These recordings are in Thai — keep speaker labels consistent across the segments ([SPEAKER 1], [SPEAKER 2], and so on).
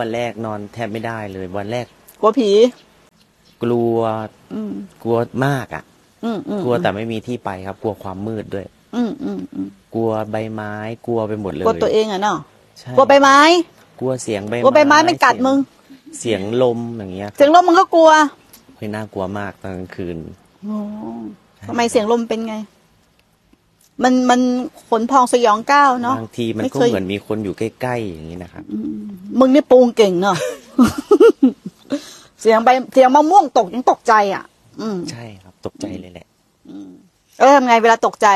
[SPEAKER 1] วันแรกนอนแทบไม่ได้เลย วันแรก
[SPEAKER 2] กลัวผี
[SPEAKER 1] กลัว
[SPEAKER 2] อืม
[SPEAKER 1] กลัวมากอ่ะ
[SPEAKER 2] อืมอืม
[SPEAKER 1] กลัวแต่ไม่มีที่ไปครับ กลัวความมืดด้วย
[SPEAKER 2] อืมอืมอืม
[SPEAKER 1] กลัวใบไม้ กลัวไปหมดเลย
[SPEAKER 2] กลัวตัวเองอะเนาะ
[SPEAKER 1] ใช่
[SPEAKER 2] กลัวใบไม้
[SPEAKER 1] กลัวเสียงใบ
[SPEAKER 2] กลัวใบไม้มันกัด
[SPEAKER 1] เสีย
[SPEAKER 2] มึง
[SPEAKER 1] เสียงลมอย่างเงี้ย
[SPEAKER 2] เสียงลมมึงก็กลัว
[SPEAKER 1] คือน่ากลัวมากตอนกลางคืน
[SPEAKER 2] โอ้ทำไมเสียงลมเป็นไง มันมันขนพองสยองก้าวเนาะ
[SPEAKER 1] บางทีมันก็
[SPEAKER 2] ไม่เคย
[SPEAKER 1] เหมือนมีคนอยู่ใกล้ๆอย่างนี้นะครับ
[SPEAKER 2] อืมมึงนี่ปรุงเก่งเนาะ เสียงใบเสียงมะม่วงตกยังตกใจอ่ะ อืม
[SPEAKER 1] ใช่ครับตกใจเลยแหละ
[SPEAKER 2] เออทำไงเวลาตกใจ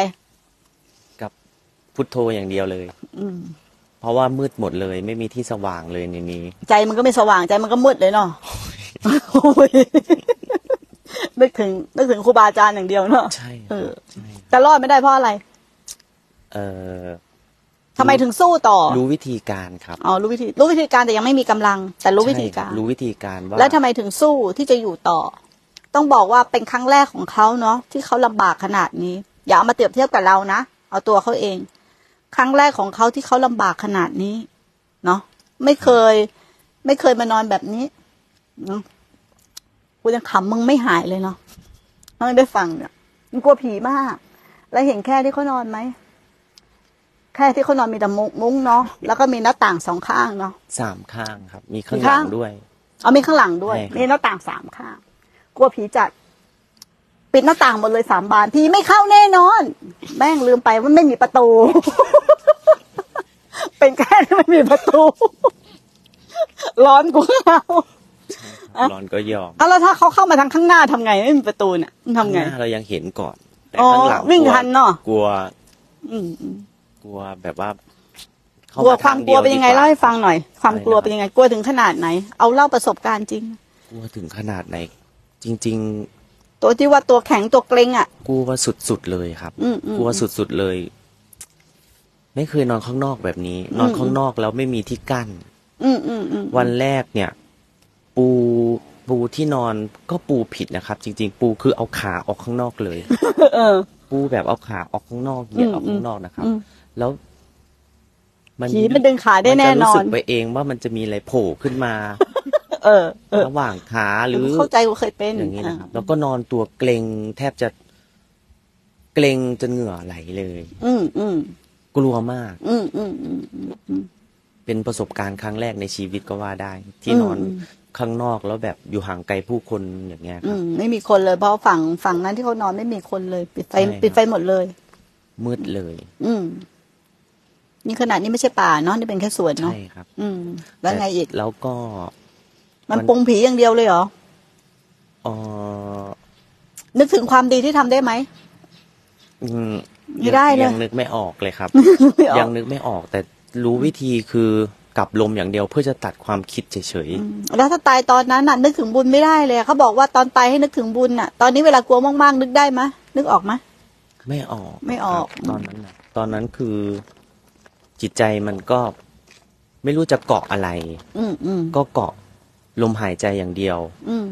[SPEAKER 1] กับพุทโธอย่างเดียวเลย
[SPEAKER 2] อืม
[SPEAKER 1] เพราะว่ามืดหมดเลยไม่มีที่สว่างเลยในนี้
[SPEAKER 2] ใจมันก็ไม่สว่างใจมันก็มืดเลยเนาะโอ้ย นึกถึงนึกถึงครูบาอาจารย์อย่างเดียวเนาะ
[SPEAKER 1] ใช่ค
[SPEAKER 2] เอ
[SPEAKER 1] รับ
[SPEAKER 2] อ
[SPEAKER 1] ใช่ครับ
[SPEAKER 2] แต่รอดไม่ได้เพราะอะไร
[SPEAKER 1] เออ
[SPEAKER 2] ทำไมถึงสู้ต่อ
[SPEAKER 1] รู้วิธีการครับ
[SPEAKER 2] อ๋อรู้วิธีรู้วิธีการแต่ยังไม่มีกำลัง แต่รู้วิธีการ
[SPEAKER 1] ใช่รู้วิธีการว่า
[SPEAKER 2] แล้วทำไมถึงสู้ที่จะอยู่ต่อ ต้องบอกว่าเป็นครั้งแรกของเขาเนาะที่เขาลำบากขนาดนี้ อย่าเอามาเปรียบเทียบกับเรานะเอาตัวเขาเอง ครั้งแรกของเขาที่เขาลำบากขนาดนี้ เนาะไม่เคย ไม่เคยมานอนแบบนี้เนาะกูยังขำมึงไม่หายเลยเนาะต้องได้ฟังเนี่ยมึงกลัวผีมาก แล้วเห็นแค่ที่เขานอนไหมแค่ที่เขานอนมีแต่มุ้งมุ้งเนาะแล้วก็มีหน้าต่างสองข้างเนาะ
[SPEAKER 1] สามข้างครับ มีข้าง
[SPEAKER 2] มี
[SPEAKER 1] หลั
[SPEAKER 2] ข้าง
[SPEAKER 1] งด้วย
[SPEAKER 2] เอามีข้างหลังด้วย
[SPEAKER 1] ใช่ครับ
[SPEAKER 2] มีหน้าต่างสามข้างกลัวผีจัด ปิดหน้าต่างหมดเลยสามบานผีไม่เข้าแน่นอน แม่งลืมไปว่าไม่มีประตู เป็นแค่ที่ไม่มีประตู ร้อนกูเอา
[SPEAKER 1] ครับร้อนก็ยอม
[SPEAKER 2] เอาแล้วถ้าเขาเข้ามาทางข้างหน้าทำไง ไม่มีประตูเนี่ยทำไง
[SPEAKER 1] ข้าหน้าเรายังเห็นก่อน แต่
[SPEAKER 2] อ๋อ
[SPEAKER 1] ข้างหลัง
[SPEAKER 2] วิ่ง
[SPEAKER 1] กลั
[SPEAKER 2] ทันเนอะ
[SPEAKER 1] กลัว
[SPEAKER 2] อืมอืม
[SPEAKER 1] กลัวแบบว่า เข้
[SPEAKER 2] กลัวความกลัวเป็นยังไง
[SPEAKER 1] ดี
[SPEAKER 2] เล่าให้ฟังหน่อย ความ
[SPEAKER 1] อะไร
[SPEAKER 2] กลัว
[SPEAKER 1] นะครับ
[SPEAKER 2] เป็นยังไงกลัวถึงขนาดไหน เอาเล่าประสบการณ์จริง
[SPEAKER 1] กลัวถึงขนาดไหน จริง
[SPEAKER 2] ตัวที่ว่าตัวแข็งตัวเกรงอ่ะ
[SPEAKER 1] ๆ กลัวสุดๆเลยครับ
[SPEAKER 2] อืมอืม
[SPEAKER 1] กลัวสุดๆเลย ไม่เคยนอนข้างนอกแบบนี้ นอนข้างนอกแล้วไม่มีที่กั้น
[SPEAKER 2] อืมอืมอืม
[SPEAKER 1] วันแรกเนี่ย ปูปูที่นอนก็ปูผิดนะครับ จริง ๆ ปูคือเอาขาออกข้างนอก เลย
[SPEAKER 2] เออ
[SPEAKER 1] ปูแบบเอาขาออกข้างนอกเหยียด
[SPEAKER 2] อืม
[SPEAKER 1] ออกข้างนอกนะครับ
[SPEAKER 2] อืม
[SPEAKER 1] แล้ว มัน
[SPEAKER 2] ผีมันดึงขาได้
[SPEAKER 1] มัน
[SPEAKER 2] แน่
[SPEAKER 1] จะ
[SPEAKER 2] น
[SPEAKER 1] รู้
[SPEAKER 2] อ
[SPEAKER 1] สึ
[SPEAKER 2] น
[SPEAKER 1] กไปเองว่ามันจะมีอะไรโผล่ขึ้นมา
[SPEAKER 2] เออ เออ
[SPEAKER 1] ระหว่างขาหรือ
[SPEAKER 2] เข้าใจว่าเคยเป็น
[SPEAKER 1] อย่างนี้นะครับ
[SPEAKER 2] อ่า
[SPEAKER 1] แล้วก็นอนตัวเกรงแทบจะเกรงจนเหงื่อไหลเลย
[SPEAKER 2] อืมอืม
[SPEAKER 1] กลัวมาก
[SPEAKER 2] อืมอืมอืมอืมอืม
[SPEAKER 1] เป็นประสบการณ์ครั้งแรกในชีวิตก็ว่าได้ ที่
[SPEAKER 2] อืม
[SPEAKER 1] นอน
[SPEAKER 2] อืม
[SPEAKER 1] ข้างนอกแล้วแบบอยู่ห่างไกลผู้คนอย่างเงี้ยค
[SPEAKER 2] อื
[SPEAKER 1] รับ
[SPEAKER 2] มไม่มีคนเลยเพราะฝั่งฝั่งนั้นที่เขานอนไม่มีคนเลย ปิดไฟ
[SPEAKER 1] ใช่ครับ
[SPEAKER 2] ปิดไฟหมดเลย
[SPEAKER 1] มืดเลย
[SPEAKER 2] อืม นี่ขนาดนี้ไม่ใช่ป่าเนาะนี่เป็นแค่สวนเนาะ
[SPEAKER 1] ใช่ครับ
[SPEAKER 2] อืม แล้วไงอีก
[SPEAKER 1] แล้วก็
[SPEAKER 2] มันปรุงผีอย่างเดียวเลยเหรอ
[SPEAKER 1] เอ่อ
[SPEAKER 2] นึกถึงความดีที่ทำได้ไหม
[SPEAKER 1] อืม
[SPEAKER 2] ไม่ได้เลย
[SPEAKER 1] ยังนึกไม่ออก เลยครับ
[SPEAKER 2] ไม่ออ
[SPEAKER 1] ยั
[SPEAKER 2] ก
[SPEAKER 1] งนึกไม่ออก แต่รู้วิธีคือกลับลมอย่างเดียวเพื่อจะตัดความคิดเฉย
[SPEAKER 2] อืมแล้วถ้าตายตอนนั้นน่ะนึกถึงบุญไม่ได้เลยเขาบอกว่าตอนตายให้นึกถึงบุญน่ะ ตอนนี้เวลากลัวมากๆนึกได้ไหมนึกออกไหม
[SPEAKER 1] ๆ ไม่ออก
[SPEAKER 2] ไม่ออก
[SPEAKER 1] ครับตอนนั้นน่ะตอนนั้นคือจิตใจมันก็ไม่รู้จะเกาะอะไร
[SPEAKER 2] อืมอืม
[SPEAKER 1] ก็เกาะลมหายใจอย่างเดียว
[SPEAKER 2] อืม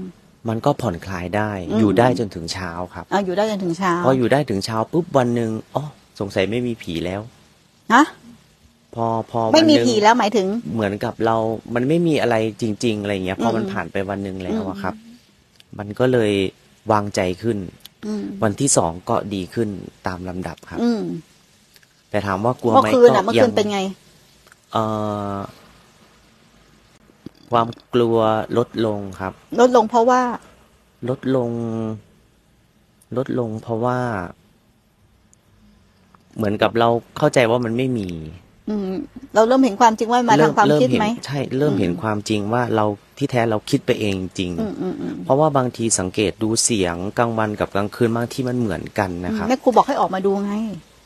[SPEAKER 1] มันก็ผ่อนคลายได้
[SPEAKER 2] อืม
[SPEAKER 1] อยู่ได้จนถึงเช้าครับ
[SPEAKER 2] อ่ะอยู่ได้จนถึงเช้า
[SPEAKER 1] พออยู่ได้ถึงเช้าปุ๊บวันหนึ่งอ๋อสงสัยไม่มีผีแล้ว
[SPEAKER 2] ฮะ
[SPEAKER 1] พอพอวันห
[SPEAKER 2] ไม่
[SPEAKER 1] นึ่ง
[SPEAKER 2] มีผีแล้วหมายถึง
[SPEAKER 1] เหมือนกับเรา มันไม่มีอะไรจริง ๆ อะไรเงี้ย พอมัน
[SPEAKER 2] อืม
[SPEAKER 1] ผ่านไปวันหนึ่งแล้ว
[SPEAKER 2] อื
[SPEAKER 1] อะ
[SPEAKER 2] ม
[SPEAKER 1] ครับ มันก็เลยวางใจขึ้น
[SPEAKER 2] อืม
[SPEAKER 1] วันที่สองก็ดีขึ้นตามลำดับครับ
[SPEAKER 2] อืม
[SPEAKER 1] แต่ถามว่ากลัว
[SPEAKER 2] เมื่
[SPEAKER 1] ไห
[SPEAKER 2] อ
[SPEAKER 1] ม
[SPEAKER 2] คืน
[SPEAKER 1] ก็
[SPEAKER 2] อ่ะเมื่อ
[SPEAKER 1] ยั
[SPEAKER 2] คืนเป็นไง
[SPEAKER 1] เอ่อความกลัวลดลงครับ
[SPEAKER 2] ลดลงเพราะว่า
[SPEAKER 1] ลดลง ลดลงเพราะว่า เหมือนกับเราเข้าใจว่ามันไม่มี
[SPEAKER 2] อืม เราเริ่มเห็นความจริงว่ามาทางความ
[SPEAKER 1] เริ่
[SPEAKER 2] คิด
[SPEAKER 1] เห็น
[SPEAKER 2] ไหม
[SPEAKER 1] ใช่ เริ่ม
[SPEAKER 2] อืม
[SPEAKER 1] เห็นความจริงว่าเราที่แท้เราคิดไปเองจริง
[SPEAKER 2] อืมอืมอืม
[SPEAKER 1] เพราะว่าบางทีสังเกตดูเสียงกลางวันกับกลางคืนบางที่มันเหมือนกันนะครับ
[SPEAKER 2] แม่ครูบอกให้ออกมาดูไง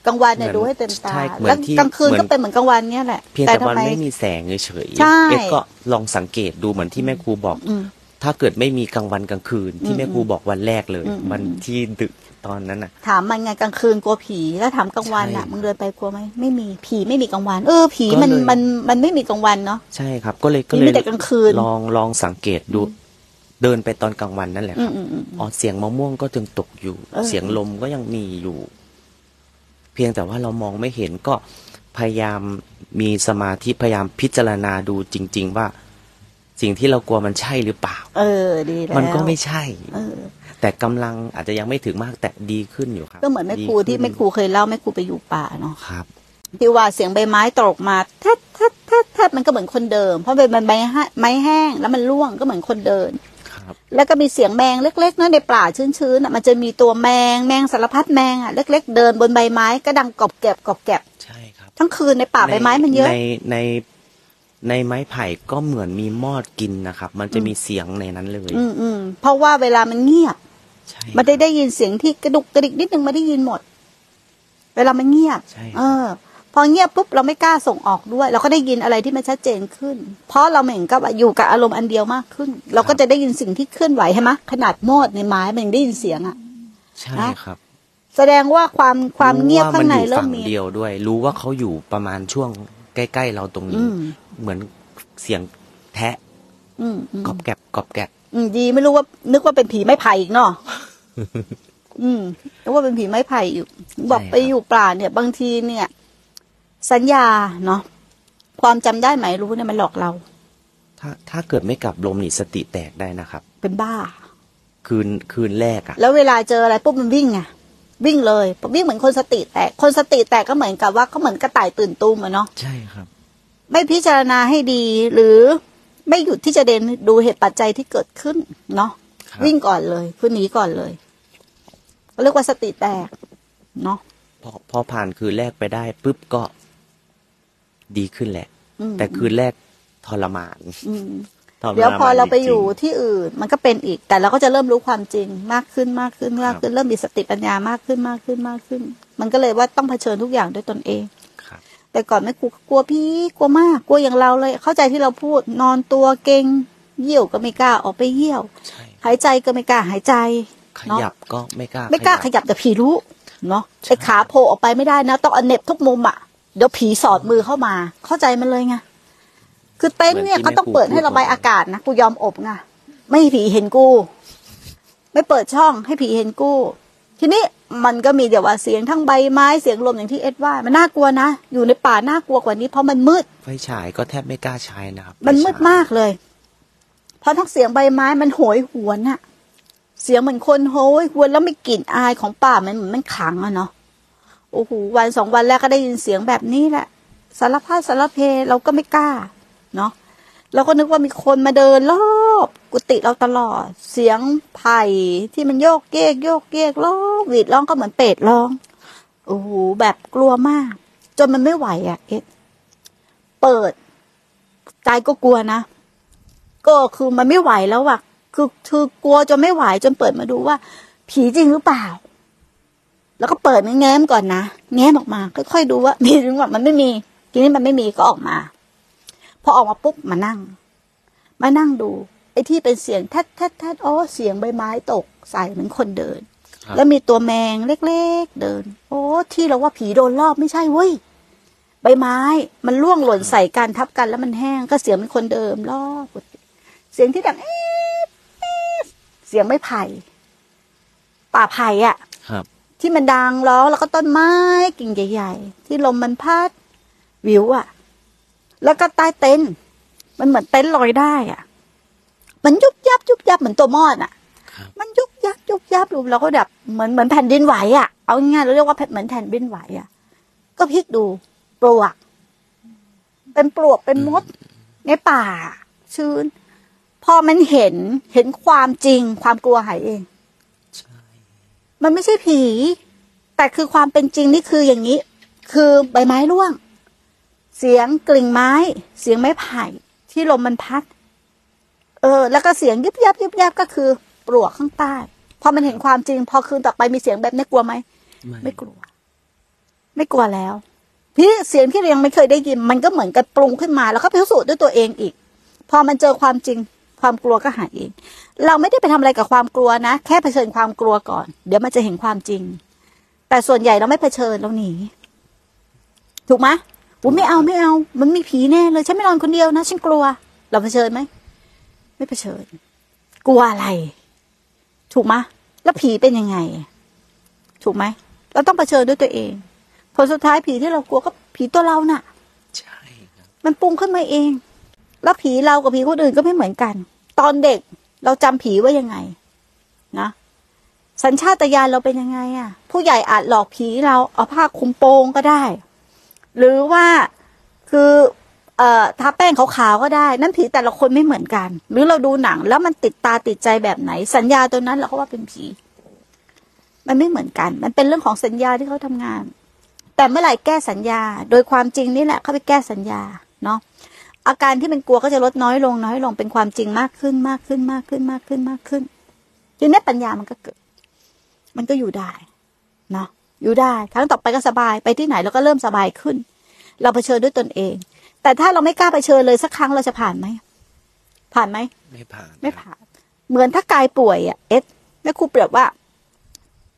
[SPEAKER 2] กลางวันเนี่ย
[SPEAKER 1] เหมือน
[SPEAKER 2] ดูให้เต็มตา
[SPEAKER 1] ใช่เหมือน
[SPEAKER 2] แล้ว
[SPEAKER 1] ที่
[SPEAKER 2] กลางคืน
[SPEAKER 1] เหมือน
[SPEAKER 2] ก็เป็นเหมือนกลางวันเนี่ยแหละ
[SPEAKER 1] เพียงแต่
[SPEAKER 2] ทำ
[SPEAKER 1] มัน
[SPEAKER 2] ไม
[SPEAKER 1] ไม่มีแสงเฉย
[SPEAKER 2] ใช่
[SPEAKER 1] ๆเอ็ก็ลองสังเกตดูเหมือนที่แม่ครูบอก
[SPEAKER 2] อืม
[SPEAKER 1] ถ้าเกิดไม่มีกลางวันกลางคืน
[SPEAKER 2] อื
[SPEAKER 1] ที่
[SPEAKER 2] ม
[SPEAKER 1] แม่ครูบอกวันแรกเลย
[SPEAKER 2] อืม
[SPEAKER 1] วันที่ดึกตอนนั้นน่ะ
[SPEAKER 2] ถามมันไงกลางคืนกลัวผีแล้วถามกลางวันอ่ะ
[SPEAKER 1] ใช่
[SPEAKER 2] มึงเดินไปกลัวไหมไม่มีผีไม่มีกลางวัน เออ ผีมัน
[SPEAKER 1] ก็เลย
[SPEAKER 2] มันมันไม่มีกลางวันเนาะ
[SPEAKER 1] ใช่ครับ ก็เลยก็
[SPEAKER 2] นี่
[SPEAKER 1] เล
[SPEAKER 2] ไม่
[SPEAKER 1] ย
[SPEAKER 2] แต่กลางคืน
[SPEAKER 1] ลองลองสังเกตดู เดินไปตอนกลางวันนั่นแหละ
[SPEAKER 2] อื
[SPEAKER 1] ค
[SPEAKER 2] ม
[SPEAKER 1] รับ
[SPEAKER 2] อืมอืม
[SPEAKER 1] อ๋อเสียงมะม่วงก็จึงตกอยู่
[SPEAKER 2] เออ
[SPEAKER 1] เสียงลมก็ยังมีอยู่ เพียงแต่ว่าเรามองไม่เห็นก็พยายามมีสมาธิพยายามพิจารณาดูจริง ๆ ว่า สิ่งที่เรากลัวมันใช่หรือเปล่า
[SPEAKER 2] เออดีแล้ว
[SPEAKER 1] มันก็ไม่ใช่
[SPEAKER 2] เออ
[SPEAKER 1] แต่กำลังอาจจะยังไม่ถึงมากแต่ดีขึ้นอยู่ครับ
[SPEAKER 2] ก็เหมือนแม่ครูที่
[SPEAKER 1] ดีน
[SPEAKER 2] แม่ครูเคยเล่าแม่ครูไปอยู่ป่าเนาะ
[SPEAKER 1] ครับ
[SPEAKER 2] ที่ว่าเสียงใบไม้ตกมาแทดแทดแทดแทดมันก็เหมือนคนเดิม เพราะเป็นใบไม้แห้งไม้แห้งแล้วมันร่วงก็เหมือนคนเดิน
[SPEAKER 1] ครับ
[SPEAKER 2] แล้วก็มีเสียงแมงเล็กๆเนาะในป่าชื้นๆน่ะมันจะมีตัวแมงแมงสารพัดแมงอ่ะเล็ก ๆ เดินบนใบไม้ก็ดังกรอบแกรบกรอบแกรบ
[SPEAKER 1] ใช่ครับ
[SPEAKER 2] ทั้งคืนในป่าใบไม้มันเยอะ
[SPEAKER 1] ในในในไม้ไผ่ก็เหมือนมีมอดกินนะครับ มันจะมีเสียงในนั้นเลย
[SPEAKER 2] อืมอืมเพราะว่าเวลามันเงียบ
[SPEAKER 1] ใช่
[SPEAKER 2] มันได้ได้ยินเสียงที่กระดุกกระดิกนิดนึงไม่ได้ยินหมด เวลามันเงียบ
[SPEAKER 1] ใช่
[SPEAKER 2] เออ พอเงียบปุ๊บเราไม่กล้าส่งออกด้วย เราก็ได้ยินอะไรที่มันชัดเจนขึ้น เพราะเราเหมือนกับว่าอยู่กับอารมณ์อันเดียวมากขึ้น เราก็จะได้ยินสิ่งที่เคลื่อนไหวใช่ไหมขนาดมอดในไม้มันยังได้ยินเสียงอ่ะ
[SPEAKER 1] ใช่ครับ
[SPEAKER 2] แสดงว่าความความเงียบข้างใน
[SPEAKER 1] รู้
[SPEAKER 2] เริ่
[SPEAKER 1] ว่
[SPEAKER 2] ม
[SPEAKER 1] มั
[SPEAKER 2] มี
[SPEAKER 1] อยู่ฝั่งเดียวด้วย รู้ว่าเขาอยู่ประมาณช่วงใกล้ๆเราตรง
[SPEAKER 2] อื
[SPEAKER 1] นี้
[SPEAKER 2] ม
[SPEAKER 1] เหมือนเสียงแทะ
[SPEAKER 2] อืมอืม
[SPEAKER 1] กรอบแกรบกรอบแกรบ
[SPEAKER 2] อืมดีไม่รู้ว่า นึกว่าเป็นผีไม้ไผ่อีกเนาะ อืมนึกว่าเป็นผีไม้ไผ่อีกบอกไปอยู่ป่าเนี่ย บางทีเนี่ย สัญญาเนาะความจำได้ไหมายรู้เนี่ยมันหลอกเรา
[SPEAKER 1] ถ้าถ้าเกิดไม่กลับลมนี่สติแตกได้นะครับ
[SPEAKER 2] เป็นบ้า
[SPEAKER 1] คืนคืนแรกอะ
[SPEAKER 2] แล้วเวลาเจออะไรปุ๊บมันวิ่งไงวิ่งเลยวิ่งเหมือนคนสติแตกคนสติแตกก็เหมือนกับว่าก็เหมือนกระต่ายตื่นตูมอะเนาะ
[SPEAKER 1] ใช่ครับ
[SPEAKER 2] ไม่พิจารณาให้ดี หรือไม่หยุดที่จะเดินดูเหตุปัจจัยที่เกิดขึ้นเนาะ
[SPEAKER 1] ครับ
[SPEAKER 2] วิ่งก่อนเลยคือหนีก่อนเลยเรียกว่าสติแตกเนาะ
[SPEAKER 1] พอพอผ่านคืนแรกไปได้ปุ๊บก็ดีขึ้นแหละ
[SPEAKER 2] อืม
[SPEAKER 1] แต่คืนแรกทรมาน
[SPEAKER 2] อืม
[SPEAKER 1] ทมาน
[SPEAKER 2] เดี๋ยวพอเราไป
[SPEAKER 1] จงๆ
[SPEAKER 2] อยู่ที่อื่น มันก็เป็นอีก แต่เราก็จะเริ่มรู้ความจริงมากขึ้นมากขึ้นมากขึ้นเริ่มมีสติปัญญามากขึ้นมากขึ้นมากขึ้น มันก็เลยว่าต้องเผชิญทุกอย่างด้วยตนเอง
[SPEAKER 1] ครับ
[SPEAKER 2] แต่ก่อนแม่ครูก็กลัวพี่กลัวมากกลัวอย่างเราเลย เข้าใจที่เราพูดนอนตัวเก่งเยี่ยวก็ไม่กล้าออกไปเยี่ยว
[SPEAKER 1] ใช่
[SPEAKER 2] หายใจก็ไม่กล้าหายใจ
[SPEAKER 1] ขยับก็ไม่กล้า
[SPEAKER 2] ไม่กล้าข
[SPEAKER 1] ขยับ
[SPEAKER 2] ยับแต่ผีรู้เนาะ
[SPEAKER 1] ใช่
[SPEAKER 2] ไอ้ขาโผล่ออกไปไม่ได้นะต้องเอาเหน็บทุกมุมอ่ะเดี๋ยวผีสอดมือเข้ามา เข้าใจมันเลยไงคือเต็นท์เนี่ยเขาต้องเปิดให้ระบายอากาศนะกูยอมอบไงไม่ให้ผีเห็นกู ไม่เปิดช่องให้ผีเห็นกู ทีนี้มันก็มีเดี๋ยวว่าเสียงทั้งใบไม้เสียงลมอย่างที่เอ็ดว่ามันน่ากลัวนะอยู่ในป่าน่ากลัวกว่านี้เพราะมันมืด
[SPEAKER 1] ไฟฉายก็แทบไม่กล้าใช้นะครับ
[SPEAKER 2] มัน
[SPEAKER 1] ไฟฉย
[SPEAKER 2] มืดมากเลย เพราะทั้งเสียงใบไม้มันโหยหวนอะเสียงเหมือนคนโหยหวนแล้วไม่กลิ่นอายของป่ามันเหมือนมันขังอะเนาะ โอ้โหวันสองวันแรกก็ได้ยินเสียงแบบนี้แหละ สารพัดสารเพเราก็ไม่กล้า เนาะเราก็นึกว่ามีคนมาเดินรอบกุฏิเราตลอด เสียงไผ่ที่มันโยกเยกโยกเยกร้องหวีดร้องก็เหมือนเป็ดร้อง โอ้โหแบบกลัวมาก จนมันไม่ไหวอะเอ็ดเปิด ใจก็กลัวนะ ก็คือมันไม่ไหวแล้วอะคือคือกลัวจนไม่ไหวจนเปิดมาดูว่า ผีจริงหรือเปล่า แล้วก็เปิดมันแง้มก่อนนะ แง้มออกมา ค่อยๆดูว่า มีหรือเปล่ามันไม่มี ทีนี้มันไม่มีก็ออกมา พอออกมาปุ๊บมานั่ง มานั่งดู ไอ้ที่เป็นเสียงแทดแทดแทดอ๋อเสียงใบไม้ตกใส่เหมือนคนเดิน
[SPEAKER 1] ครับ
[SPEAKER 2] แล้วมีตัวแมงเล็กๆ เดิน โอ้ที่เราว่าผีโดนรอบไม่ใช่เว้ยใบไม้ มันร่วงหล่นใส่กันทับกันแล้วมันแห้งก็เสียงเป็นคนเดิมรอบเสียงที่ดังเอ๊ะเอ๊ะเสียงไม่ไผ่ป่าไผ่อะ
[SPEAKER 1] ครับ
[SPEAKER 2] ที่มันดังล้อแล้วก็ต้นไม้กิ่งใหญ่ๆ ที่ลมมันพัด วิวอะแล้วก็ใต้เต็นท์มันเหมือนเต็นท์ลอยได้อะมันยุบยับยุบยับเหมือนตัวมอดอะ
[SPEAKER 1] ครับ
[SPEAKER 2] มันยุบยับยุบยับรวมแล้วก็แบบเหมือนเหมือนแผ่นดินไหวอะเอาง่ายๆเราเรียกว่าแผ่นเหมือนแผ่นดินไหวอะก็พลิกดูปลวก เป็นปลวกเป็นมด ในป่า ชื้น พอมันเห็นเห็นความจริง ความกลัวหายเอง
[SPEAKER 1] ใช่
[SPEAKER 2] มันไม่ใช่ผี แต่คือความเป็นจริงนี่คืออย่างนี้ คือใบไม้ร่วง เสียงกลิ่งไม้ เสียงไม้ไผ่ที่ลมมันพัด เออ แล้วก็เสียงยิบยับยิบยับก็คือปลวกข้างใต้ พอมันเห็นความจริง พอคืนต่อไปมีเสียงแบบนี้กลัวไหม ไม่กลัว ไม่กลัวแล้ว พี่เสียงที่เรายังไม่เคยได้ยิน มันก็เหมือนกับปรุงขึ้นมา แล้วก็พิสูจน์ด้วยตัวเองอีก พอมันเจอความจริง ความกลัวก็หายเอง เราไม่ได้ไปทำอะไรกับความกลัวนะ แค่เผชิญความกลัวก่อน เดี๋ยวมันจะเห็นความจริง แต่ส่วนใหญ่เราไม่เผชิญเราหนี ถูกไหมผมไม่เอาไม่เอา มันมีผีแน่เลย ฉันไม่นอนคนเดียวนะ ฉันกลัว เราเผชิญไหม ไม่เผชิญ กลัวอะไร ถูกไหมแล้วผีเป็นยังไง ถูกไหม เราต้องเผชิญด้วยตัวเอง ผลสุดท้ายผีที่เรากลัวก็ผีตัวเราน่ะ
[SPEAKER 1] ใช่ครับ
[SPEAKER 2] มันปรุงขึ้นมาเอง แล้วผีเรากับผีคนอื่นก็ไม่เหมือนกัน ตอนเด็กเราจำผีไว่ายังไง นะ สัญชาตญาณเราเป็นยังไงอะผู้ใหญ่อาจหลอกผีเราเอาผ้าคลุมโปงก็ได้ หรือว่าคือ เอ่อทาแป้งขาวๆก็ได้ นั่นผีแต่ละคนไม่เหมือนกัน หรือเราดูหนังแล้วมันติดตาติดใจแบบไหน สัญญาตัวนั้นเราก็ว่าเป็นผี มันไม่เหมือนกัน มันเป็นเรื่องของสัญญาที่เขาทำงาน แต่เมื่อไหร่แก้สัญญา โดยความจริงนี่แหละเข้าไปแก้สัญญาเนาะอาการที่มันกลัวก็จะลดน้อยลงน้อยลงเป็นความจริงมากขึ้นมากขึ้นมากขึ้นมากขึ้นมากขึ้นทีนี้ปัญญามันก็เกิด มันก็อยู่ได้เนาะอยู่ได้ครั้งต่อไปก็สบายไปที่ไหนเราก็เริ่มสบายขึ้น เราเผชิญด้วยตนเอง แต่ถ้าเราไม่กล้าเผชิญเลยสักครั้งเราจะผ่านไหมผ่านไหม
[SPEAKER 1] ไม่ผ่าน
[SPEAKER 2] ไม่ผ่าน เหมือนถ้ากายป่วยอ่ะ เอสแม่ครูเปรียบว่า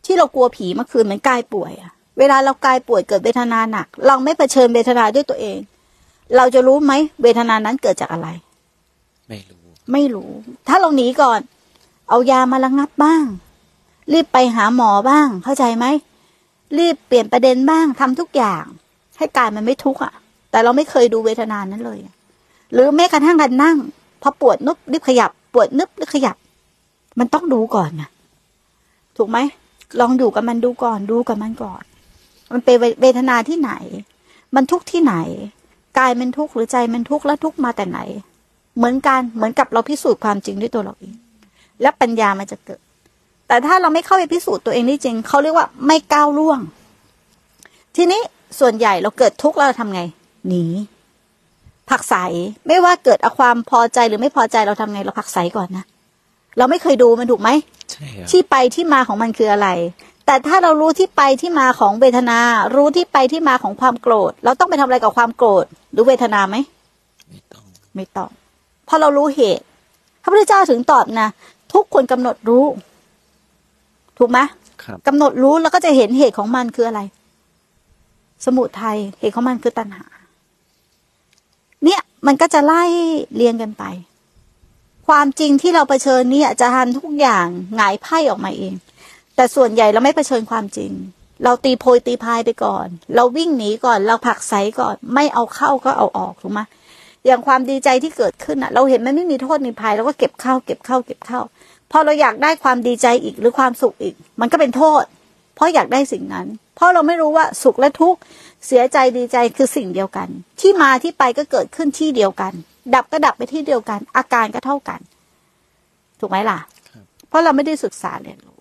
[SPEAKER 2] ที่เรากลัวผีเมื่อคืนเหมือนกายป่วยอ่ะ เวลาเรากายป่วยเกิดเวทนาหนัก เราไม่เผชิญเวทนาด้วยตัวเอง เราจะรู้ไหมเวทนานั้นเกิดจากอะไร
[SPEAKER 1] ไม่รู้
[SPEAKER 2] ไม่รู้ ถ้าเราหนีก่อน เอายามาระงับบ้าง รีบไปหาหมอบ้าง เข้าใจไหม รีบเปลี่ยนประเด็นบ้างทำทุกอย่าง ให้กายมันไม่ทุกข์อ่ะ แต่เราไม่เคยดูเวทนานั้นเลยอะหรือแม้กระทั่งการนั่ง พอปวดนุบรีบขยับ ปวดนึบรีบขยับ มันต้องดูก่อนนะถูกไหม ลองอยู่กับมันดูก่อน ดูกับมันก่อน มันเป็นเวทนาที่ไหน มันทุกข์ที่ไหน กายมันทุกข์หรือใจมันทุกข์และทุกข์มาแต่ไหน เหมือนกันเหมือนกับเราพิสูจน์ความจริงด้วยตัวเราเอง และปัญญามันจะเกิด แต่ถ้าเราไม่เข้าไปพิสูจน์ตัวเองนี่จริงเขาเรียกว่าไม่ก้าวล่วง ทีนี้ส่วนใหญ่เราเกิดทุกข์แล้วเราทำไง หนีผลักใสไม่ว่าเกิดเอาความพอใจหรือไม่พอใจเราทำไงเราผลักใสก่อนนะเราไม่เคยดูมันถูกไหม
[SPEAKER 1] ใช่ครับ
[SPEAKER 2] ที่ไปที่มาของมันคืออะไร แต่ถ้าเรารู้ที่ไปที่มาของเวทนา รู้ที่ไปที่มาของความโกรธ เราต้องไปทำอะไรกับความโกรธ หรือเวทนาไหม
[SPEAKER 1] ไม่ต้อง
[SPEAKER 2] ไม่ต้องเพราะเรารู้เหตุ พระพุทธเจ้าถึงตอบนะ ทุกคนกำหนดรู้ ถูกไหม
[SPEAKER 1] ครับ
[SPEAKER 2] กำหนดรู้แล้วก็จะเห็นเหตุของมันคืออะไร สมุทยัยเหตุของมันคือตัณหา เนี่ยมันก็จะไล่เรียงกันไป ความจริงที่เราเผชิญเนี่ยจะหันทุกอย่างหงายไพ่ออกมาเอง แต่ส่วนใหญ่เราไม่เผชิญความจริง เราตีโพยตีพายไปก่อน เราวิ่งหนีก่อน เราผลักไสก่อน ไม่เอาเข้าก็เอาออกถูกไหม อย่างความดีใจที่เกิดขึ้นอะเราเห็นมันไม่มีโทษมีภัยเราก็เก็บเข้าเก็บเข้าเก็บเข้าพอเราอยากได้ความดีใจอีกหรือความสุขอีก มันก็เป็นโทษ เพราะอยากได้สิ่งนั้น เพราะเราไม่รู้ว่าสุขและทุกข์เสียใจดีใจคือสิ่งเดียวกัน ที่มาที่ไปก็เกิดขึ้นที่เดียวกัน ดับก็ดับไปที่เดียวกัน อาการก็เท่ากัน ถูกไหมล่ะ
[SPEAKER 1] ครับ
[SPEAKER 2] เพราะเราไม่ได้ศึกษาเรียนรู้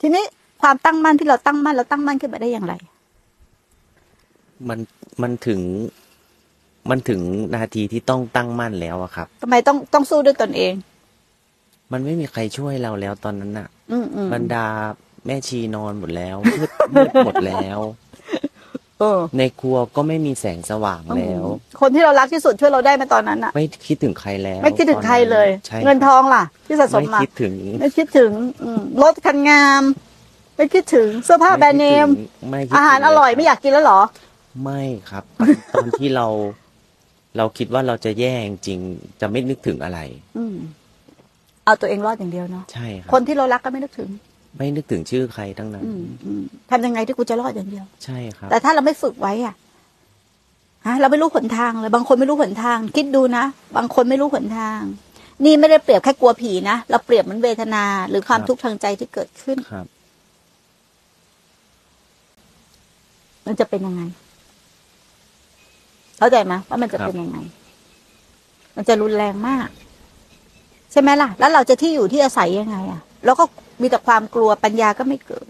[SPEAKER 2] ทีนี้ความตั้งมั่นที่เราตั้งมั่นเราตั้งมั่นขึ้นมาได้อย่างไร
[SPEAKER 1] มันมันถึง มันถึงนาทีที่ต้องตั้งมั่นแล้วอะครับ
[SPEAKER 2] ทำไมต้องต้องสู้ด้วยตนเอง
[SPEAKER 1] มันไม่มีใครช่วยเราแล้วตอนนั้นน่ะ
[SPEAKER 2] อืมอืม
[SPEAKER 1] บรรดาแม่ชีนอนหมดแล้วมืดมืดหมดแล้ว
[SPEAKER 2] เออ
[SPEAKER 1] ในครัวก็ไม่มีแสงสว่างแล้ว
[SPEAKER 2] คนที่เรารักที่สุดช่วยเราได้ไหมาตอนนั้นอะ
[SPEAKER 1] ไม่คิดถึงใครแล้ว
[SPEAKER 2] ไม่คิดถึงใครเลย
[SPEAKER 1] ใช่
[SPEAKER 2] เงินทองล่ะ ที่สะสม
[SPEAKER 1] ไม่
[SPEAKER 2] มา
[SPEAKER 1] คิดถึง
[SPEAKER 2] ไม่คิดถึงอืมรถคันงาม ไม่คิดถึงเสื้อผ้าแบรนด์เนม
[SPEAKER 1] ไม่คิดถึง
[SPEAKER 2] อาหารอร่อยไม่อยากกินแล้วเหรอ
[SPEAKER 1] ไม่ครับ ตอนที่เรา เราคิดว่าเราจะแย่จริงๆจะไม่นึกถึงอะไร
[SPEAKER 2] อืมเอาตัวเองรอดอย่างเดียวเนาะ
[SPEAKER 1] ใช่ครับ
[SPEAKER 2] คนที่เรารักก็ไม่นึกถึง
[SPEAKER 1] ไม่นึกถึงชื่อใครทั้งนั้น
[SPEAKER 2] อืมอืมทำยังไงที่กูจะรอดอย่างเดียว
[SPEAKER 1] ใช่ครับ
[SPEAKER 2] แต่ถ้าเราไม่ฝึกไว้อะฮะเราไม่รู้หนทางเลย บางคนไม่รู้หนทาง คิดดูนะ บางคนไม่รู้หนทาง นี่ไม่ได้เปรียบแค่กลัวผีนะเราเปรียบเหมันเวทนา หรือความ
[SPEAKER 1] ครับ
[SPEAKER 2] ทุกข์ทางใจที่เกิดขึ้น
[SPEAKER 1] ครับ
[SPEAKER 2] มันจะเป็นยังไง เข้าใจไหมว่ามันจะ
[SPEAKER 1] ครับ
[SPEAKER 2] เป็นยังไง มันจะรุนแรงมาก ใช่ไหมล่ะ แล้วเราจะที่อยู่ที่อาศัยยังไงอ่ะ แล้วก็มีแต่ความกลัวปัญญาก็ไม่เกิด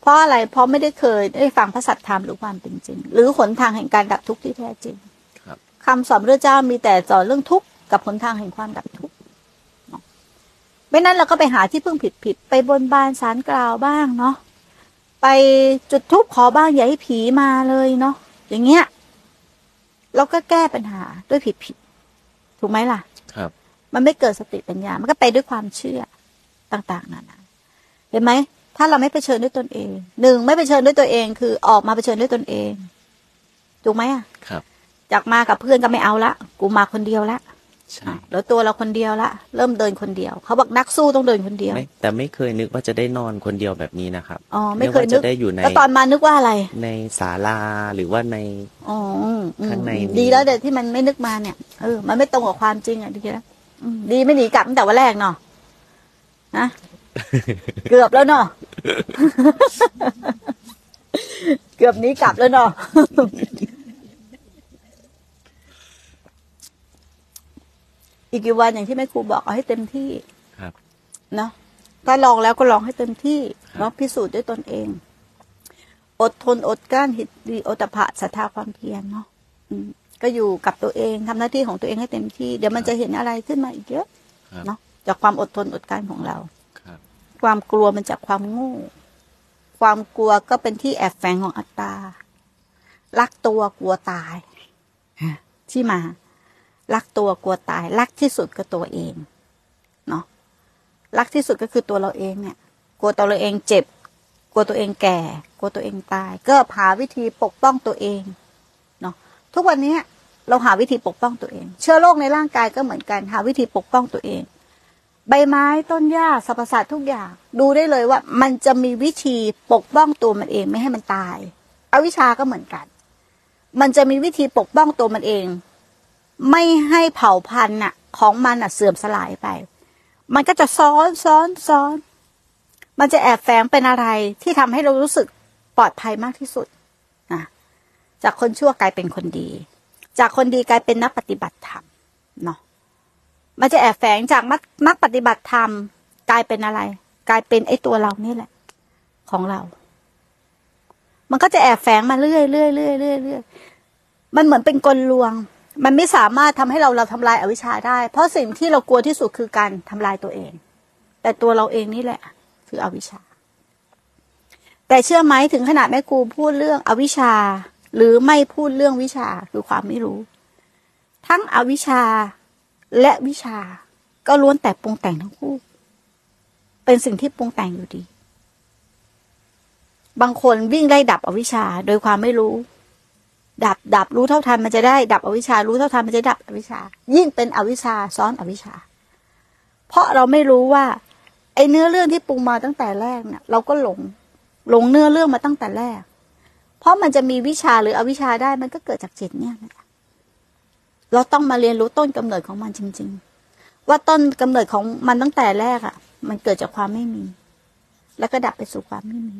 [SPEAKER 2] เพราะอะไร เพราะไม่ได้เคยได้ฟังพระสัทธรรมหรือความเป็นจริง หรือหนทางแห่งการดับทุกข์ที่แท้จริง
[SPEAKER 1] ครับ
[SPEAKER 2] คำสอนพระเจ้ามีแต่สอนเรื่องทุกข์กับหนทางแห่งความดับทุกข์เนาะไม่นั้นเราก็ไปหาที่พึ่งผิดผิดๆไปบนบานสารกล่าวบ้างเนาะไปจุดทุบขอบ้างอย่าให้ผีมาเลยเนาะอย่างเงี้ยเราก็แก้ปัญหาด้วยผิดผิดๆถูกไหมล่ะ
[SPEAKER 1] ครับ
[SPEAKER 2] มันไม่เกิดสติปัญญา มันก็ไปด้วยความเชื่อต่างๆนานาเห็นไหม ถ้าเราไม่เผชิญด้วยตนเอง หนึ่งไม่เผชิญด้วยตัวเอง คือออกมาเผชิญด้วยตนเอง ถูกไหมอะ
[SPEAKER 1] ครับ
[SPEAKER 2] จากมากับเพื่อนก็ไม่เอาละ กูมาคนเดียวละ
[SPEAKER 1] ใช่
[SPEAKER 2] แล้วตัวเราคนเดียวละเริ่มเดินคนเดียว เขาบอกนักสู้ต้องเดินคนเดียว
[SPEAKER 1] ไม่แต่ไม่เคยนึกว่าจะได้นอนคนเดียวแบบนี้นะครับ
[SPEAKER 2] อ๋อไม่เคย
[SPEAKER 1] ว่า
[SPEAKER 2] นึ
[SPEAKER 1] จะ
[SPEAKER 2] ก
[SPEAKER 1] ได้อยู่ใน
[SPEAKER 2] แล้วตอนมานึกว่าอะไร
[SPEAKER 1] ในศาลาหรือว่าใน
[SPEAKER 2] อ๋ออืมอืม
[SPEAKER 1] ข้างในนี้
[SPEAKER 2] ดีแล้วเด็ที่มันไม่นึกมาเนี่ยเออมันไม่ตรงกับความจริงอ่ะดีแล้วอืมดีไม่หนีกลับตั้งแต่วันแรกเนาะ นะเกือบแล้วเนาะ เกือบหนี้กลับแล้วเนาะ อีกกี่วันอย่างที่แม่ครูบอกเอาให้เต็มที่
[SPEAKER 1] ครับ
[SPEAKER 2] เนาะถ้าลองแล้วก็ลองให้เต็มที่
[SPEAKER 1] ครับ
[SPEAKER 2] ลองพิสูจน์ด้วยตนเอง อดทนอดกลั้นหิตดีโอตปะศรัทธาความเพียรเนาะอืมก็อยู่กับตัวเองทำหน้าที่ของตัวเองให้เต็มที่ เดี๋ยวมันจะเห็นอะไรขึ้นมาอีกเยอะ
[SPEAKER 1] ครับ
[SPEAKER 2] เนาะจากความอดทนอดกลั้นของเรา
[SPEAKER 1] ครับ
[SPEAKER 2] ความกลัวมันจากความโง่ความกลัวก็เป็นที่แอบแฝงของอัตตา รักตัวกลัวตายฮะที่มา รักตัวกลัวตาย รักที่สุดก็ตัวเอง เนาะ รักที่สุดก็คือตัวเราเองเนี่ย กลัวตัวเราเองเจ็บ กลัวตัวเองแก่ กลัวตัวเองตาย ก็หาวิธีปกป้องตัวเอง เนาะ ทุกวันเนี้ยเราหาวิธีปกป้องตัวเอง เชื้อโรคในร่างกายก็เหมือนกัน หาวิธีปกป้องตัวเอง ใบไม้ต้นหญ้าสรรพสัตว์ทุกอย่าง ดูได้เลยว่า มันจะมีวิธีปกป้องตัวมันเองไม่ให้มันตายอวิชชาก็เหมือนกัน มันจะมีวิธีปกป้องตัวมันเอง ไม่ให้เผ่าพันธุ์น่ะ ของมันน่ะเสื่อมสลายไป มันก็จะซ้อนซ้อนซ้อน มันจะแอบแฝงเป็นอะไรที่ทำให้เรารู้สึกปลอดภัยมากที่สุดนะจากคนชั่วกลายเป็นคนดี จากคนดีกลายเป็นนักปฏิบัติธรรมเนาะ มันจะแอบแฝงจากมักมักปฏิบัติธรรม กลายเป็นอะไร กลายเป็นไอ้ตัวเรานี่แหละ ของเรา มันก็จะแอบแฝงมาเรื่อยเรื่อยเรื่อยเรื่อยเรื่อยมันเหมือนเป็นกลลวง มันไม่สามารถทำให้เราเราทำลายอวิชชาได้ เพราะสิ่งที่เรากลัวที่สุดคือการทำลายตัวเอง แต่ตัวเราเองนี่แหละ คืออวิชชา แต่เชื่อไหมถึงขนาดแม่ครูพูดเรื่องอวิชชา หรือไม่พูดเรื่องวิชาคือความไม่รู้ ทั้งอวิชชา และวิชาก็ล้วนแต่ปรุงแต่งทั้งคู่ เป็นสิ่งที่ปรุงแต่งอยู่ดี บางคนวิ่งไล่ดับอวิชชาโดยความไม่รู้ ดับดับรู้เท่าทันมันจะได้ ดับอวิชชา รู้เท่าทันมันจะดับอวิชชา ยิ่งเป็นอวิชชาซ้อนอวิชชา เพราะเราไม่รู้ว่า ไอเนื้อเรื่องที่ปรุงมาตั้งแต่แรกเนี่ยเราก็หลงหลงเนื้อเรื่องมาตั้งแต่แรก เพราะมันจะมีวิชาหรืออวิชชาได้มันก็เกิดจากจิตเนี่ยแหละ เราต้องมาเรียนรู้ต้นกำเนิดของมันจริง ๆ ว่าต้นกำเนิดของมันตั้งแต่แรกอะ่ะ มันเกิดจากความไม่มี แล้วก็ดับไปสู่ความไม่มี